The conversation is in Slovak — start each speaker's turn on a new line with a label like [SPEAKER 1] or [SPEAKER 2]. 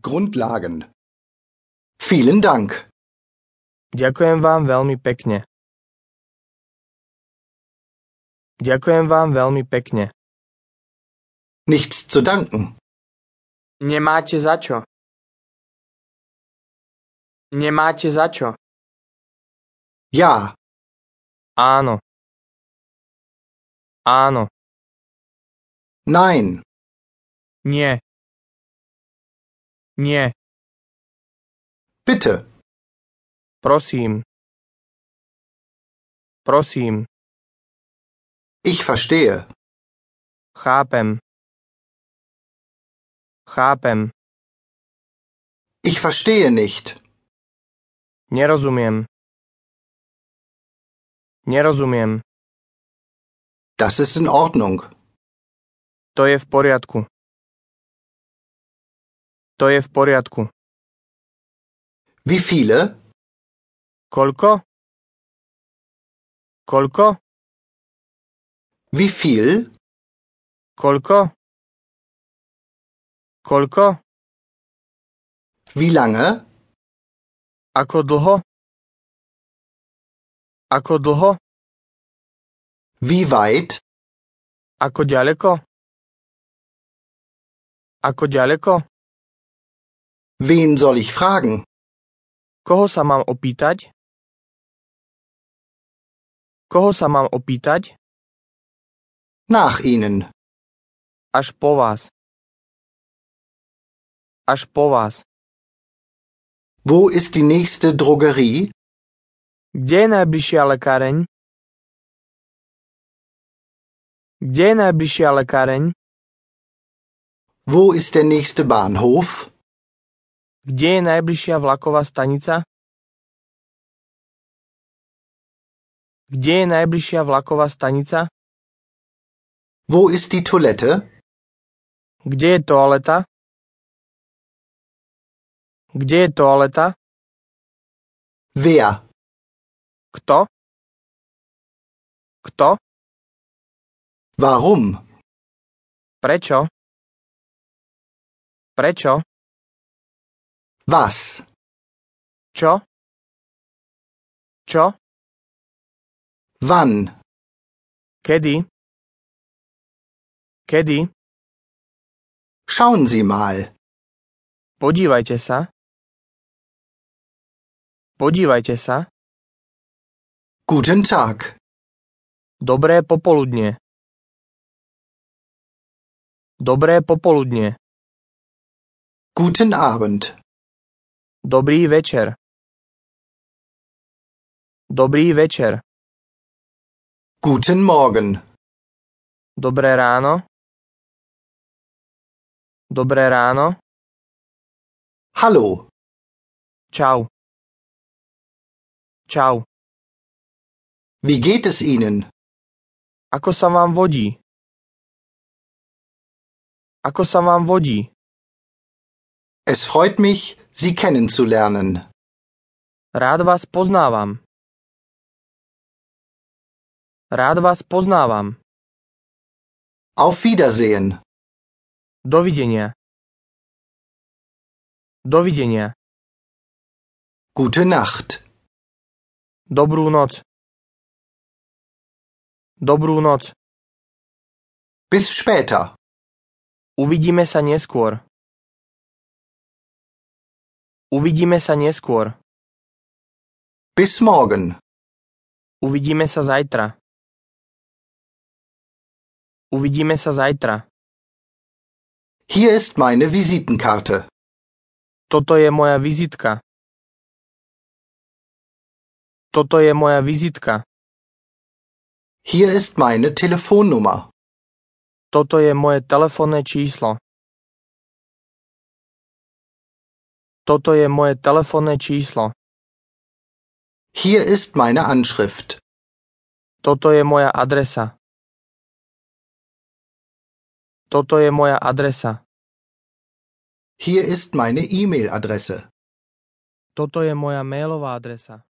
[SPEAKER 1] Grundlagen. Vielen Dank.
[SPEAKER 2] Ďakujem vám veľmi pekne. Ďakujem vám veľmi pekne.
[SPEAKER 1] Nichts zu danken.
[SPEAKER 2] Nemáte za čo. Nemáte za čo.
[SPEAKER 1] Ja,
[SPEAKER 2] Áno. Áno.
[SPEAKER 1] nein,
[SPEAKER 2] Nie. Nie.
[SPEAKER 1] bitte,
[SPEAKER 2] Prosím. Prosím.
[SPEAKER 1] ich verstehe.
[SPEAKER 2] Chápem. Chápem.
[SPEAKER 1] Ich verstehe nicht.
[SPEAKER 2] Nerozumiem. Nerozumiem.
[SPEAKER 1] Das ist in Ordnung.
[SPEAKER 2] To je v poriadku. To je v poriadku.
[SPEAKER 1] Wie viele?
[SPEAKER 2] Koľko? Koľko?
[SPEAKER 1] Wie viel?
[SPEAKER 2] Koľko? Koľko?
[SPEAKER 1] Wie lange?
[SPEAKER 2] Ako dlho? Ako dlho?
[SPEAKER 1] Wie weit?
[SPEAKER 2] Ako ďaleko? Ako ďaleko?
[SPEAKER 1] Wen soll ich fragen?
[SPEAKER 2] Koho sa mám opýtať? Koho sa mám opýtať?
[SPEAKER 1] Nach Ihnen.
[SPEAKER 2] Až po vás. Až po vás.
[SPEAKER 1] Wo ist die nächste Drogerie?
[SPEAKER 2] Kde je najbližšia lekáreň? Kde je najbližšia lekáreň?
[SPEAKER 1] Wo ist der nächste Bahnhof?
[SPEAKER 2] Kde je najbližšia vlaková stanica? Kde je najbližšia vlaková stanica?
[SPEAKER 1] Wo ist die Toilette?
[SPEAKER 2] Kde je toaleta? Kde je toaleta?
[SPEAKER 1] Wer?
[SPEAKER 2] Kto? Kto?
[SPEAKER 1] Warum?
[SPEAKER 2] Prečo? Prečo?
[SPEAKER 1] Was?
[SPEAKER 2] Čo? Čo?
[SPEAKER 1] Wann?
[SPEAKER 2] Kedy? Kedy?
[SPEAKER 1] Schauen Sie mal.
[SPEAKER 2] Podívajte sa. Podívajte sa.
[SPEAKER 1] Guten Tag.
[SPEAKER 2] Dobré popoludne. Dobré popoludne.
[SPEAKER 1] Guten Abend.
[SPEAKER 2] Dobrý večer. Dobrý večer.
[SPEAKER 1] Guten Morgen.
[SPEAKER 2] Dobré ráno. Dobré ráno.
[SPEAKER 1] Hallo.
[SPEAKER 2] Čau. Čau.
[SPEAKER 1] Wie geht es Ihnen?
[SPEAKER 2] Ako sa vám vodí? Ako sa vám vodí?
[SPEAKER 1] Es freut mich, Sie kennenzulernen.
[SPEAKER 2] Rád vás poznávam. Rád vás poznávam.
[SPEAKER 1] Auf Wiedersehen.
[SPEAKER 2] Dovidenia. Dovidenia.
[SPEAKER 1] Gute Nacht.
[SPEAKER 2] Dobrú noc. Dobrú noc.
[SPEAKER 1] Bis später.
[SPEAKER 2] Uvidíme sa neskôr. Uvidíme sa neskôr.
[SPEAKER 1] Bis morgen.
[SPEAKER 2] Uvidíme sa zajtra. Uvidíme sa zajtra.
[SPEAKER 1] Hier ist meine Visitenkarte.
[SPEAKER 2] Toto je moja vizitka. Toto je moja vizitka.
[SPEAKER 1] Hier ist meine Telefonnummer.
[SPEAKER 2] Toto je moje telefónne číslo. Toto je moje telefónne číslo.
[SPEAKER 1] Hier ist meine Anschrift.
[SPEAKER 2] Toto je moja adresa. Toto je moja adresa.
[SPEAKER 1] Hier ist meine E-Mail-Adresse.
[SPEAKER 2] Toto je moja mailová adresa.